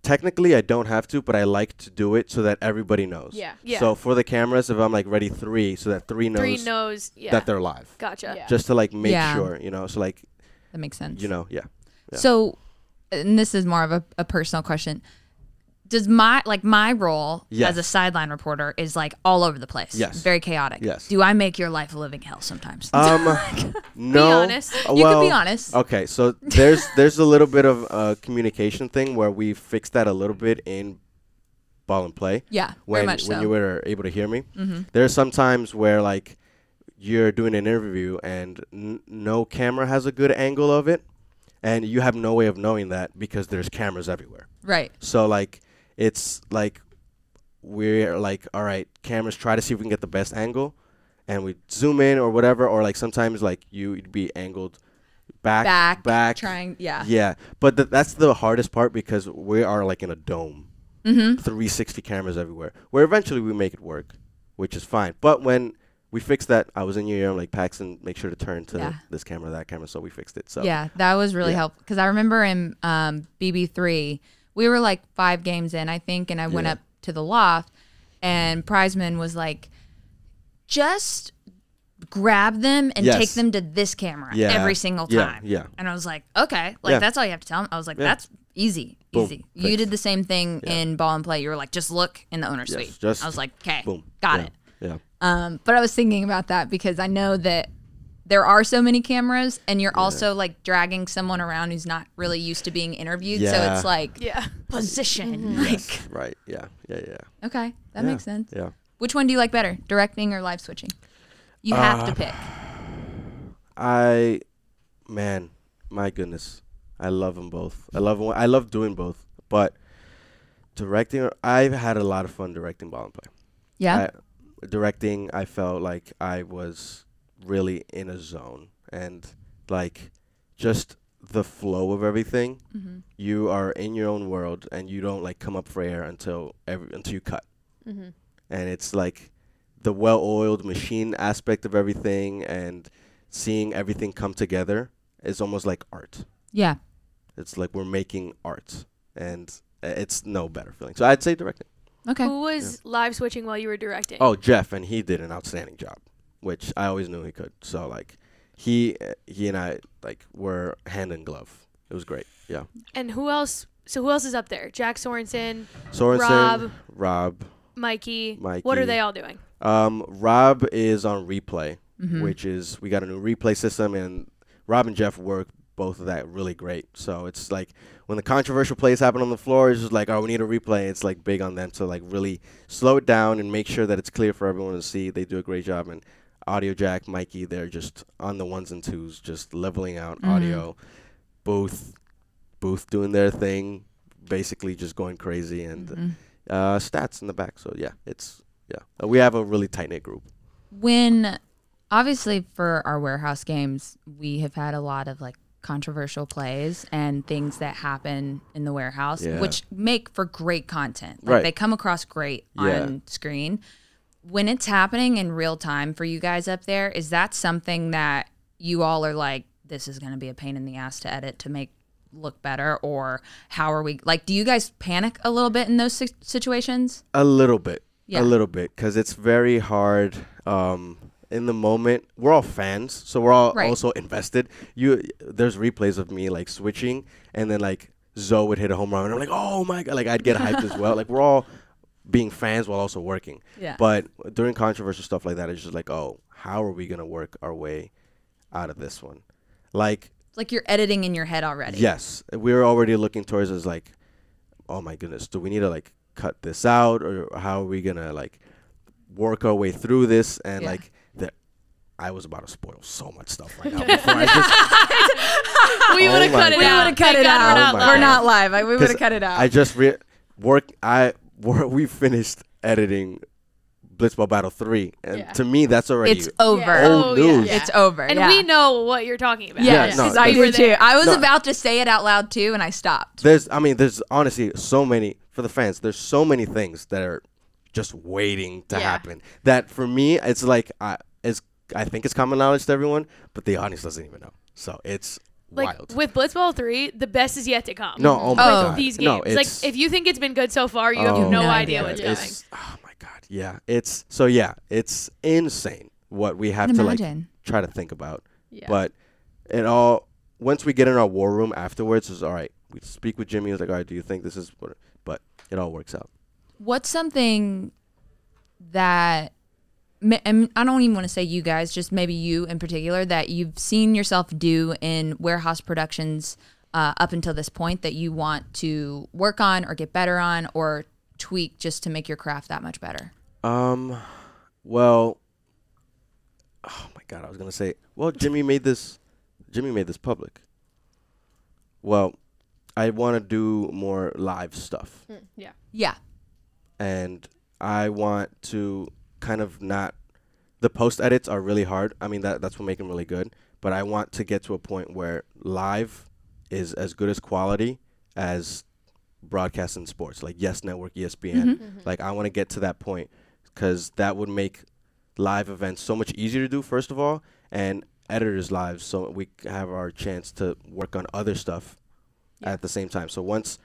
Speaker 2: technically I don't have to, but I like to do it so that everybody knows.
Speaker 3: Yeah.
Speaker 4: Yeah.
Speaker 2: So for the cameras, if I'm like ready three, so that three knows,
Speaker 4: Three knows. Yeah.
Speaker 2: that they're live,
Speaker 4: gotcha.
Speaker 3: Yeah.
Speaker 2: just to like make
Speaker 1: Yeah.
Speaker 2: sure, you know. So like
Speaker 1: That makes sense.
Speaker 2: you know, yeah. yeah.
Speaker 1: So, and this is more of a, a personal question. Does my like my role
Speaker 2: Yes.
Speaker 1: as a sideline reporter is like all over the place?
Speaker 2: Yes.
Speaker 1: Very chaotic.
Speaker 2: Yes.
Speaker 1: Do I make your life a living hell sometimes?
Speaker 2: Um, no.
Speaker 4: honest.
Speaker 2: Uh,
Speaker 1: you can be
Speaker 2: well,
Speaker 1: honest.
Speaker 2: Okay, so there's there's a little bit of a communication thing where we fixed that a little bit in ball and play.
Speaker 1: Yeah,
Speaker 2: when
Speaker 1: very much
Speaker 2: when
Speaker 1: so. Mm-hmm.
Speaker 2: you were able to hear me. There are some times where like you're doing an interview and n- no camera has a good angle of it, and you have no way of knowing that because there's cameras everywhere.
Speaker 1: right.
Speaker 2: So like it's like we're like all right, cameras try to see if we can get the best angle and we zoom in or whatever or like sometimes like you'd be angled back
Speaker 1: Back.
Speaker 2: back
Speaker 1: Trying. Yeah.
Speaker 2: yeah, but th- that's the hardest part because we are like in a dome. Mm-hmm. 360 cameras everywhere. Where eventually we make it work, which is fine. But when we fixed that, I was in your ear. I'm like, Paxton, make sure to turn to
Speaker 1: Yeah.
Speaker 2: this camera, that camera. So we fixed it. So
Speaker 1: Yeah, that was really
Speaker 2: Yeah.
Speaker 1: helpful because I remember in um, BB3, we were like five games in, I think, and I went
Speaker 2: Yeah.
Speaker 1: up to the loft, and Prizeman was like, just grab them and
Speaker 2: Yes.
Speaker 1: take them to this camera
Speaker 2: Yeah.
Speaker 1: every single
Speaker 2: Yeah,
Speaker 1: time.
Speaker 2: yeah.
Speaker 1: And I was like, okay, like
Speaker 2: Yeah.
Speaker 1: that's all you have to tell them. I was like,
Speaker 2: Yeah.
Speaker 1: that's easy,
Speaker 2: Boom,
Speaker 1: easy. You
Speaker 2: fixed.
Speaker 1: did the same thing in ball and play. You were like, just look in the owner's
Speaker 2: Yes,
Speaker 1: suite.
Speaker 2: just
Speaker 1: I was like, okay,
Speaker 2: boom.
Speaker 1: got
Speaker 2: Yeah,
Speaker 1: it.
Speaker 2: Yeah.
Speaker 1: Um, but I was thinking about that because I know that there are so many cameras, and you're also like dragging someone around who's not really used to being interviewed. So
Speaker 2: Yeah.
Speaker 1: it's like
Speaker 4: Yeah.
Speaker 1: position. Like,
Speaker 2: Right. Yeah. Yeah. Yeah.
Speaker 1: okay, that
Speaker 2: yeah.
Speaker 1: makes sense.
Speaker 2: Yeah.
Speaker 1: Which one do you like better, directing or live switching? You have to
Speaker 2: Uh,
Speaker 1: pick.
Speaker 2: I, man, my goodness, I love them both. I love 'em- I love doing both, but directing. I've had a lot of fun directing ball and play.
Speaker 1: Yeah.
Speaker 2: I, directing, I felt like I was really in a zone and like just the flow of everything. You are in your own world and you don't like come up for air until every, until you cut. And it's like the well-oiled machine aspect of everything and seeing everything come together is almost like art.
Speaker 1: yeah.
Speaker 2: It's like we're making art and uh, it's no better feeling. So I'd say directing.
Speaker 1: Okay.
Speaker 4: Who was live switching while you were directing?
Speaker 2: Oh, Jeff, and he did an outstanding job, which I always knew he could. So like, he he and I like were hand in glove. It was great. Yeah.
Speaker 4: And who else? So who else is up there? Jack Sorensen,
Speaker 2: Sorensen, Rob.
Speaker 4: Mikey.
Speaker 2: Mikey.
Speaker 4: What are they all doing?
Speaker 2: Um, Rob is on replay, which is we got a new replay system, and Rob and Jeff work both of that really great. So it's like when the controversial plays happen on the floor, it's just like, oh, we need a replay. It's like big on them to like really slow it down and make sure that it's clear for everyone to see. They do a great job, and Audio Jack, Mikey, they're just on the ones and twos, just leveling out audio, both both doing their thing, basically just going crazy and. Uh, stats in the back, so yeah, it's yeah. Uh, we have a really tight knit group.
Speaker 1: When obviously for our warehouse games, we have had a lot of like controversial plays and things that happen in the warehouse,
Speaker 2: Yeah.
Speaker 1: which make for great content. Like
Speaker 2: Right.
Speaker 1: they come across great
Speaker 2: Yeah.
Speaker 1: on screen. When it's happening in real time for you guys up there, is that something that you all are like, this is going to be a pain in the ass to edit to make look better? Or how are we like, do you guys panic a little bit in those si- situations?
Speaker 2: A little bit.
Speaker 1: Yeah.
Speaker 2: A little bit, because it's very hard. Um, in the moment, we're all fans, so we're all
Speaker 1: Right.
Speaker 2: also invested. You, there's replays of me like switching, and then like Zoe would hit a home run, and I'm like, oh my god! Like I'd get hyped as well. Like we're all being fans while also working.
Speaker 1: Yeah.
Speaker 2: But during controversial stuff like that, it's just like, oh, how are we gonna work our way out of this one? Like
Speaker 1: It's like you're editing in your head already.
Speaker 2: Yes, we were already looking towards as like, oh my goodness, do we need to like cut this out, or how are we gonna like work our way through this? And
Speaker 1: Yeah.
Speaker 2: like the I was about to spoil so much stuff right now. Before I just,
Speaker 4: We
Speaker 2: Oh
Speaker 4: would have
Speaker 2: my
Speaker 4: cut it
Speaker 1: We
Speaker 2: God.
Speaker 1: would
Speaker 4: out.
Speaker 1: have cut
Speaker 4: Thank
Speaker 1: it
Speaker 4: God
Speaker 1: out.
Speaker 4: We're
Speaker 1: We're
Speaker 2: Oh my God.
Speaker 4: not live.
Speaker 1: not live. I- We would
Speaker 2: 'cause
Speaker 1: have cut it out.
Speaker 2: I just re- work. I wor- we finished editing Blitzball Battle Three, and
Speaker 3: Yeah.
Speaker 2: to me that's already
Speaker 1: it's over.
Speaker 3: Yeah.
Speaker 2: old
Speaker 3: Oh, yeah.
Speaker 2: news.
Speaker 3: Yeah.
Speaker 1: It's over.
Speaker 4: And
Speaker 1: yeah.
Speaker 4: we know what you're talking about.
Speaker 2: Yeah,
Speaker 1: Yes,
Speaker 2: no,
Speaker 1: 'cause I
Speaker 2: we
Speaker 1: do
Speaker 4: were
Speaker 1: too.
Speaker 4: there.
Speaker 1: I was
Speaker 2: No.
Speaker 1: about to say it out loud too, and I stopped.
Speaker 2: There's, I mean, there's honestly so many for the fans. There's so many things that are just waiting to
Speaker 3: Yeah.
Speaker 2: happen. That for me, it's like I, it's, I think it's common knowledge to everyone, but the audience doesn't even know. So it's
Speaker 4: like
Speaker 2: wild.
Speaker 4: with Blitzball three, the best is yet to come.
Speaker 2: no, oh my
Speaker 1: Oh.
Speaker 2: god,
Speaker 4: these games.
Speaker 2: no,
Speaker 4: like if you think it's been good so far, you
Speaker 2: Oh
Speaker 4: have no
Speaker 1: my
Speaker 4: idea
Speaker 1: God.
Speaker 4: what's
Speaker 2: Yeah,
Speaker 4: coming.
Speaker 2: it's- Oh my god. Yeah. It's so yeah, it's insane what we have
Speaker 1: can
Speaker 2: to
Speaker 1: imagine.
Speaker 2: like try to think about.
Speaker 3: Yeah.
Speaker 2: But it all once we get in our war room afterwards is all right. We speak with Jimmy. He's like, all right, do you think this is what? But it all works out.
Speaker 1: What's something that ma- and I don't even want to say you guys, just maybe you in particular that you've seen yourself do in warehouse productions uh, up until this point that you want to work on or get better on or tweak just to make your craft that much better.
Speaker 2: Um, well, oh my god, I was gonna say, well, Jimmy made this, Jimmy made this public. Well, I want to do more live stuff.
Speaker 3: Mm, yeah.
Speaker 1: Yeah.
Speaker 2: and I want to kind of not. The post edits are really hard. I mean, that that's what make them really good. But I want to get to a point where live is as good as quality as broadcast in sports, like Yes Network, E ESPN. Like I want to get to that point because that would make live events so much easier to do. First of all, and editors' lives, so we c- have our chance to work on other stuff at the same time. So once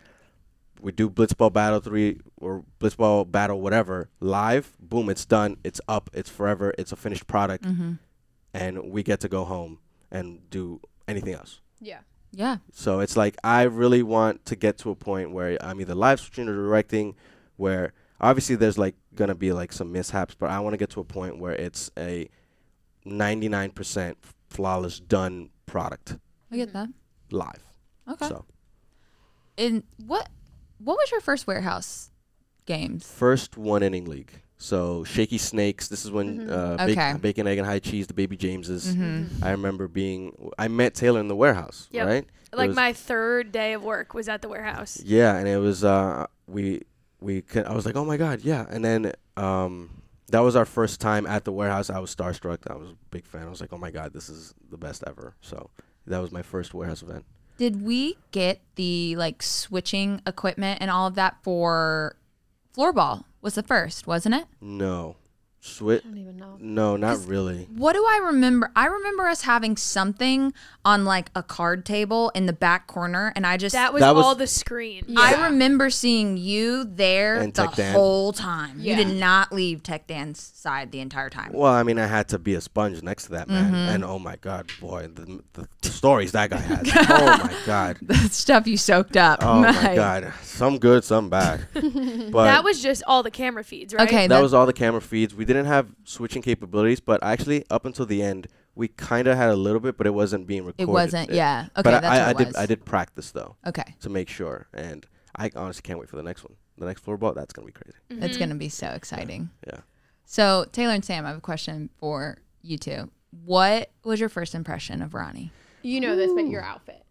Speaker 2: we do Blitzball Battle 3 or Blitzball Battle whatever live, boom, it's done, it's up, it's forever, it's a finished product, and we get to go home and do anything else.
Speaker 3: Yeah.
Speaker 1: Yeah.
Speaker 2: So it's like I really want to get to a point where I'm either live streaming or directing, where obviously there's like gonna be like some mishaps, but I want to get to a point where it's a 99% flawless done product
Speaker 1: I get that.
Speaker 2: live.
Speaker 1: Okay.
Speaker 2: So
Speaker 1: And what what was your first warehouse games?
Speaker 2: first one inning league. So shaky snakes. This is when
Speaker 4: Mm-hmm.
Speaker 2: uh, bacon,
Speaker 1: Okay.
Speaker 2: bacon, egg, and high cheese. The baby Jameses. I remember being. I met Taylor in the warehouse.
Speaker 4: Yep.
Speaker 2: Right. It
Speaker 4: like
Speaker 2: was-
Speaker 4: my third day of work was at the warehouse.
Speaker 2: Yeah, and it was. Uh, we we. Could, I was like, oh my god, yeah. And then um, that was our first time at the warehouse. I was starstruck. I was a big fan. I was like, oh my god, this is the best ever. So that was my first warehouse event.
Speaker 1: Did we get the like switching equipment and all of that for floorball? Was the first, wasn't it?
Speaker 2: No, Swit.
Speaker 3: I don't even know.
Speaker 2: No, not really.
Speaker 1: What do I remember? I remember us having something on like a card table in the back corner, and I just
Speaker 4: That was,
Speaker 2: That was-
Speaker 4: all the screen.
Speaker 1: I remember seeing you there
Speaker 2: And
Speaker 1: the
Speaker 2: Tech Dan.
Speaker 1: whole time.
Speaker 3: Yeah.
Speaker 1: You did not leave Tech Dan's side the entire time.
Speaker 2: Well, I mean, I had to be a sponge next to that man,
Speaker 1: Mm-hmm.
Speaker 2: and oh my god, boy, the, the, the stories that guy has. oh my god,
Speaker 1: The stuff you soaked up.
Speaker 2: oh my god, some good, some bad. But
Speaker 4: that was just all the camera feeds, right?
Speaker 1: Okay,
Speaker 2: that
Speaker 1: that-
Speaker 2: was all the camera feeds. We didn't have switching capabilities, but actually, up until the end, we kind of had a little bit, but it wasn't being recorded.
Speaker 1: wasn't- yeah. Okay,
Speaker 2: but I-
Speaker 1: that's
Speaker 2: I,
Speaker 1: what it
Speaker 2: I did.
Speaker 1: was.
Speaker 2: I did practice though
Speaker 1: Okay,
Speaker 2: to make sure, and I honestly can't wait for the next one. The next floorball, that's gonna be crazy.
Speaker 1: that's
Speaker 4: Mm-hmm.
Speaker 1: gonna be so exciting.
Speaker 2: Yeah.
Speaker 1: So Taylor and Sam, I have a question for you two. What was your first impression of Ronnie?
Speaker 3: You know this, but your outfit.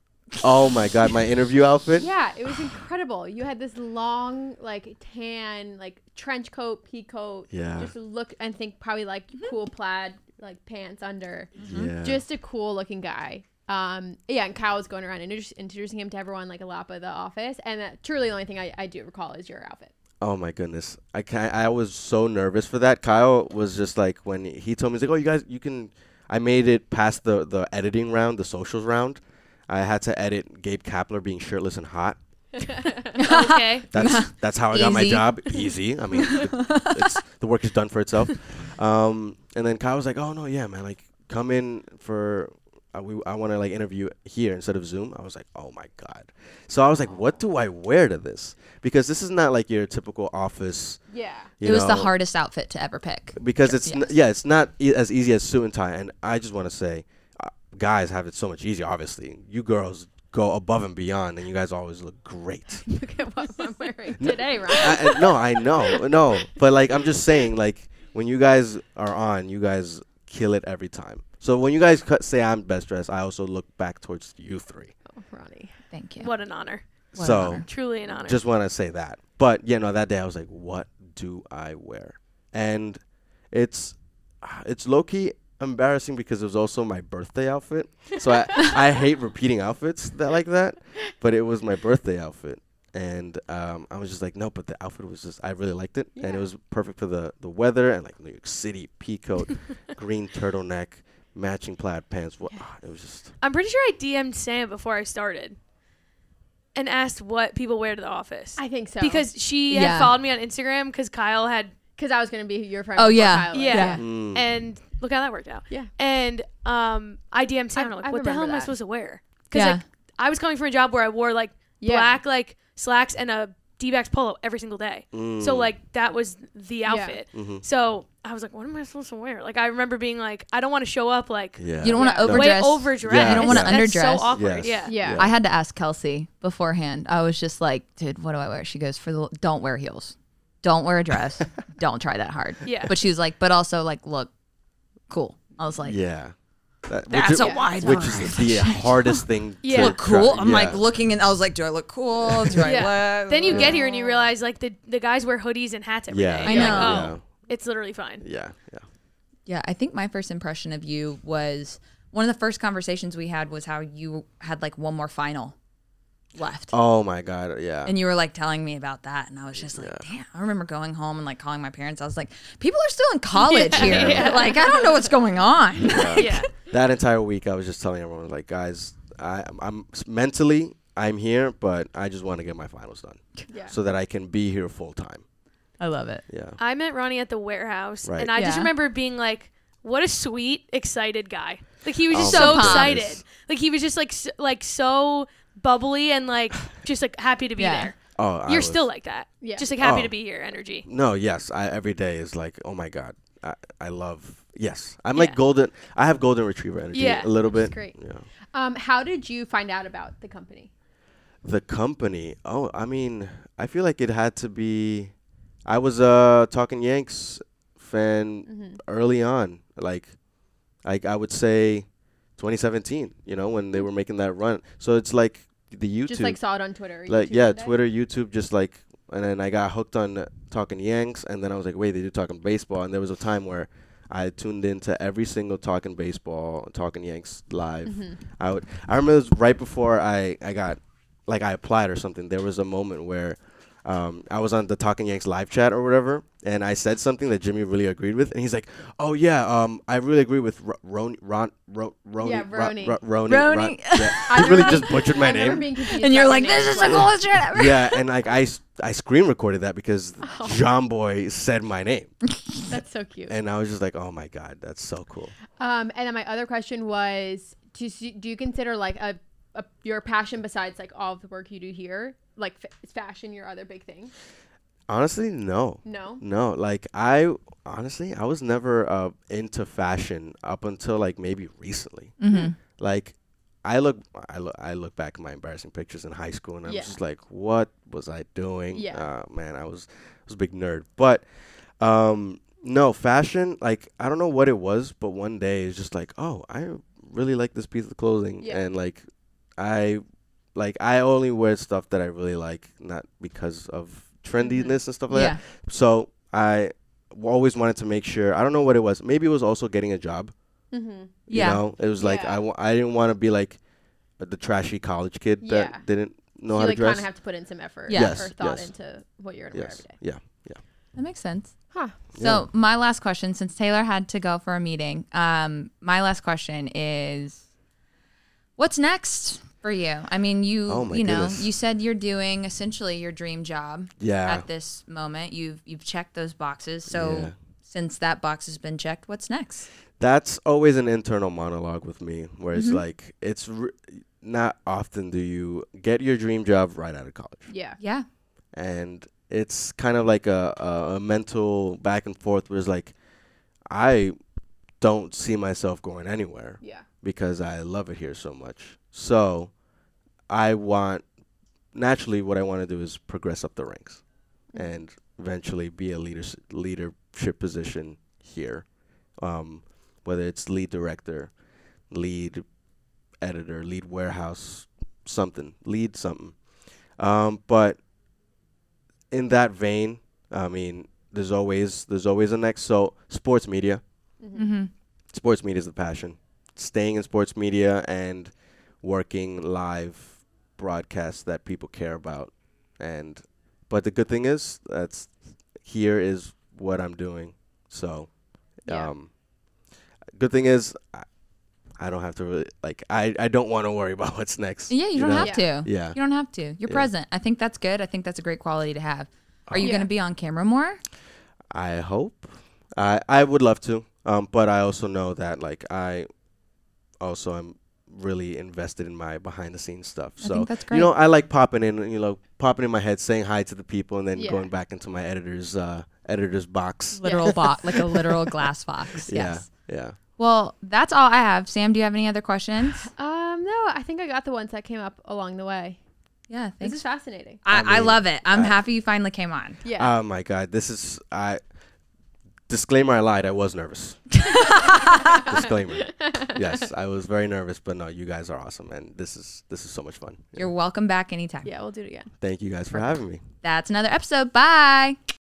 Speaker 2: Oh my god, my interview outfit.
Speaker 3: Yeah, it was incredible. You had this long, like tan, like trench coat, pea coat.
Speaker 2: Yeah.
Speaker 3: Just look and think probably like
Speaker 1: Mm-hmm.
Speaker 3: cool plaid, like pants under.
Speaker 2: Yeah.
Speaker 3: Just a cool looking guy. Um, yeah, and Kyle was going around and introdu- introducing him to everyone like a lap of the office, and that truly the only thing I, I do recall is your outfit.
Speaker 2: Oh my goodness! I can I was so nervous for that. Kyle was just like when he told me, he's like, "Oh, you guys, you can." I made it past the the editing round, the socials round. I had to edit Gabe Kapler being shirtless and hot.
Speaker 4: okay.
Speaker 2: That's that's how I got my
Speaker 1: Easy.
Speaker 2: job. Easy. I mean, the, it's, the work is done for itself. Um, and then Kyle was like, "Oh no, yeah, man, like come in for." Uh, we, I want to like interview here instead of Zoom. I was like, oh my god. So I was like, what do I wear to this? Because this is not like your typical office.
Speaker 3: Yeah.
Speaker 2: you
Speaker 1: it was the
Speaker 2: know,
Speaker 1: hardest outfit to ever pick.
Speaker 2: because it's n- yeah, it's not e- as easy as suit and tie. And I just want to say, uh, guys have it so much easier. Obviously, you girls go above and beyond, and you guys always look great.
Speaker 3: Look at what I'm wearing today, right?
Speaker 2: I, I- no, I know, no, but like I'm just saying, like when you guys are on, you guys kill it every time. So when you guys cut, say I'm best dressed, I also look back towards you three.
Speaker 3: Oh, Ronnie.
Speaker 1: Thank you.
Speaker 4: What an honor.
Speaker 1: What an
Speaker 2: so
Speaker 1: honor.
Speaker 4: Truly an honor.
Speaker 2: just want to say that. But yeah, no, that day I was like, what do I wear? And it's ah, it's low key embarrassing because it was also my birthday outfit. So I I hate repeating outfits that like that, but it was my birthday outfit. And um, I was just like, no, but the outfit was just, I really liked it. And it was perfect for the, the weather and like New York City pea coat, green turtleneck, matching plaid pants. What? ah, It was just.
Speaker 4: I'm pretty sure I DM'd Sam before I started and asked what people wear to the office.
Speaker 3: I think so.
Speaker 4: because she
Speaker 1: Yeah.
Speaker 4: had followed me on Instagram because Kyle had
Speaker 3: because I was gonna be your friend.
Speaker 1: Oh,
Speaker 3: before
Speaker 1: yeah.
Speaker 3: Kyle.
Speaker 4: yeah.
Speaker 2: Mm.
Speaker 4: And look how that worked out.
Speaker 3: Yeah.
Speaker 4: And um, I DM'd
Speaker 3: I-
Speaker 4: Sam. and I'm
Speaker 3: I
Speaker 4: like, what the hell
Speaker 3: remember
Speaker 4: am I
Speaker 3: that.
Speaker 4: supposed to wear? Because
Speaker 1: Yeah.
Speaker 4: like I was coming from a job where I wore like
Speaker 3: Yeah.
Speaker 4: black like slacks and a D-backs polo every single day. So
Speaker 2: Mm. Mm-hmm.
Speaker 4: like that was the outfit. So I was like, what am I supposed to wear? Like I remember being like, I don't want to show up like
Speaker 2: Yeah.
Speaker 1: You don't want to
Speaker 3: Yeah.
Speaker 1: overdress.
Speaker 4: way overdressed.
Speaker 2: Yeah, You don't wanna
Speaker 4: That's
Speaker 1: underdress.
Speaker 4: so awkward.
Speaker 2: Yes.
Speaker 4: Yeah.
Speaker 3: Yeah.
Speaker 1: I had to ask Kelsey beforehand. I was just like, dude, what do I wear? She goes, for the don't wear heels, don't wear a dress, don't try that hard.
Speaker 4: Yeah.
Speaker 1: But she was like, but also like look cool. I was like,
Speaker 2: Yeah. That-
Speaker 1: that's
Speaker 2: which,
Speaker 1: a wide
Speaker 2: Which is the hardest thing. to
Speaker 4: Yeah.
Speaker 1: look
Speaker 2: try-
Speaker 1: cool. I'm like
Speaker 2: yeah.
Speaker 1: looking and I was like, do I look cool? Do I
Speaker 4: Yeah.
Speaker 1: look?
Speaker 4: Then you get here and you realize like the, the guys wear hoodies and hats every day.
Speaker 2: Yeah.
Speaker 1: I
Speaker 4: You're
Speaker 1: know.
Speaker 4: Like, oh, it's literally fine.
Speaker 2: Yeah. Yeah.
Speaker 1: Yeah, I think my first impression of you was one of the first conversations we had was how you had like one more final left.
Speaker 2: Oh my god. Yeah.
Speaker 1: And you were like telling me about that, and I was just like, "Damn!" I remember going home and like calling my parents. I was like, "People are still in college here. Like, I don't know what's going on."
Speaker 4: Yeah.
Speaker 2: that entire week, I was just telling everyone, like, guys, I, I'm mentally, I'm here, but I just want to get my finals done,
Speaker 3: Yeah.
Speaker 2: so that I can be here full time.
Speaker 1: I love it.
Speaker 2: Yeah.
Speaker 4: I met Ronnie at the warehouse,
Speaker 2: Right.
Speaker 4: and I just
Speaker 1: Yeah.
Speaker 4: remember being like, "What a sweet, excited guy! Like he was just
Speaker 2: Oh
Speaker 4: so
Speaker 1: my
Speaker 4: excited.
Speaker 2: goodness.
Speaker 4: Like he was just like s like so bubbly and like just like happy to be
Speaker 1: Yeah.
Speaker 4: there.
Speaker 2: Oh, I
Speaker 4: You're
Speaker 2: was-
Speaker 4: still like that.
Speaker 3: Yeah.
Speaker 4: Just like happy
Speaker 2: Oh.
Speaker 4: to be here. Energy.
Speaker 2: No. Yes. I every day is like, oh my god, I, I love. Yes. I'm
Speaker 4: Yeah.
Speaker 2: like golden. I have golden retriever energy
Speaker 4: Yeah,
Speaker 2: a little bit.
Speaker 3: great.
Speaker 2: Yeah.
Speaker 3: Um, how did you find out about the company?
Speaker 2: The company. Oh, I mean, I feel like it had to be. I was a Talking Yanks fan
Speaker 3: Mm-hmm.
Speaker 2: early on, like, like I would say, 2017. You know, when they were making that run. So it's like the YouTube,
Speaker 3: Just like saw it on Twitter. or
Speaker 2: like,
Speaker 3: YouTube
Speaker 2: yeah,
Speaker 3: one day?
Speaker 2: Twitter, YouTube, just like. And then I got hooked on Talking Yanks, and then I was like, wait, they do Talking Baseball. And there was a time where I tuned into every single Talking Baseball, Talking Yanks live.
Speaker 3: Mm-hmm.
Speaker 2: I would. I remember it was right before I I got like I applied or something. There was a moment where um, I was on the Talking Yanks live chat or whatever, and I said something that Jimmy really agreed with, and he's like, "Oh yeah, um, I really agree with Ro- Ron Ron Ron Ronnie
Speaker 3: Yeah, Ronnie.
Speaker 2: Ro- Ronnie
Speaker 1: Ronnie.
Speaker 2: Ron- yeah.
Speaker 3: I
Speaker 2: He really
Speaker 3: remember-
Speaker 2: just butchered
Speaker 3: I
Speaker 2: my
Speaker 3: remember
Speaker 2: name.
Speaker 3: being confused
Speaker 1: And you're
Speaker 3: about
Speaker 1: like,
Speaker 3: your name.
Speaker 1: "This is the coolest shit ever."
Speaker 2: yeah, and like I s- I screen recorded that because John Boy said my name,
Speaker 3: That's so cute.
Speaker 2: and I was just like, "Oh my god, that's so cool."
Speaker 3: Um, and then my other question was, do you, do you consider like a, a your passion besides like all of the work you do here, like f- is fashion your other big thing?
Speaker 2: Honestly, no.
Speaker 3: No.
Speaker 2: No, like I honestly, I was never uh, into fashion up until like maybe recently.
Speaker 1: Mm-hmm.
Speaker 2: Like, I look, I look, I look back at my embarrassing pictures in high school, and I'm
Speaker 3: Yeah.
Speaker 2: just like, what was I doing?
Speaker 3: Yeah.
Speaker 2: uh, man, I was, I was a big nerd. But, um, no, fashion. Like, I don't know what it was, but one day it's just like, oh, I really like this piece of clothing,
Speaker 3: Yeah.
Speaker 2: and like, I like I only wear stuff that I really like, not because of trendiness
Speaker 3: Mm-hmm.
Speaker 2: and stuff like
Speaker 1: Yeah.
Speaker 2: that. So I w- always wanted to make sure. I don't know what it was. Maybe it was also getting a job.
Speaker 3: Mm-hmm.
Speaker 1: Yeah.
Speaker 2: You know, it was like
Speaker 3: Yeah.
Speaker 2: I w- I didn't want to be like the trashy college kid that
Speaker 3: Yeah.
Speaker 2: didn't know
Speaker 3: so
Speaker 2: how
Speaker 3: you
Speaker 2: to
Speaker 3: like kind
Speaker 2: dress.
Speaker 3: of have to put in some effort
Speaker 1: Yeah.
Speaker 2: Yes,
Speaker 3: or thought
Speaker 2: yes.
Speaker 3: into what you're gonna
Speaker 2: yes.
Speaker 3: wear every day.
Speaker 2: Yeah.
Speaker 1: That makes sense.
Speaker 3: Huh.
Speaker 1: So my last question, since Taylor had to go for a meeting, um, my last question is, what's next for you? I mean, you
Speaker 2: Oh my
Speaker 1: you know,
Speaker 2: goodness.
Speaker 1: you said you're doing essentially your dream job
Speaker 2: Yeah.
Speaker 1: at this moment. You've you've checked those boxes. So
Speaker 2: Yeah.
Speaker 1: since that box has been checked, what's next?
Speaker 2: That's always an internal monologue with me, where
Speaker 3: Mm-hmm.
Speaker 2: it's like it's r not often do you get your dream job right out of college.
Speaker 3: Yeah.
Speaker 1: Yeah.
Speaker 2: and it's kind of like a, a, a mental back and forth where it's like i don't see myself going anywhere
Speaker 3: Yeah.
Speaker 2: because i love it here so much so i want naturally what i want to do is progress up the ranks and eventually be a leaders leadership position here um, whether it's lead director lead editor lead warehouse something lead something um, but in that vein, I mean, there's always there's always a next. So sports media,
Speaker 1: Mm-hmm.
Speaker 2: sports media is the passion. Staying in sports media and working live broadcasts that people care about, and but the good thing is that's here is what I'm doing. So,
Speaker 1: Mm-hmm.
Speaker 3: Yeah.
Speaker 2: um, good thing is I, I don't have to really like I I don't want to worry about what's next.
Speaker 1: Yeah, you don't
Speaker 2: know?
Speaker 1: have to.
Speaker 2: Yeah.
Speaker 1: You don't have to. You're present. I think that's good. I think that's a great quality to have. Are you
Speaker 3: Yeah.
Speaker 1: going to be on camera more?
Speaker 2: I hope. I I would love to. Um, but I also know that like I also am really invested in my behind the scenes stuff.
Speaker 1: I
Speaker 2: so
Speaker 1: think that's
Speaker 2: you know, I like popping in, you know, popping in my head, saying hi to the people, and then
Speaker 3: Yeah.
Speaker 2: going back into my editor's uh editor's box.
Speaker 1: Literal box, like a literal glass box. Yes.
Speaker 2: Yeah. Yeah.
Speaker 1: Well, that's all I have. Sam, do you have any other questions?
Speaker 3: Um, no, I think I got the ones that came up along the way.
Speaker 1: Yeah.
Speaker 3: This
Speaker 1: Thanks.
Speaker 3: is fascinating.
Speaker 1: I, I,
Speaker 2: I mean,
Speaker 1: love it. I'm happy you finally came on.
Speaker 3: Yeah.
Speaker 2: Oh my god, this is I. Disclaimer: I lied. I was nervous. disclaimer. Yes, I was very nervous, but no, you guys are awesome, and this is this is so much fun.
Speaker 1: You're welcome back anytime.
Speaker 3: yeah, we'll do it again.
Speaker 2: Thank you guys for having me.
Speaker 1: That's another episode. Bye.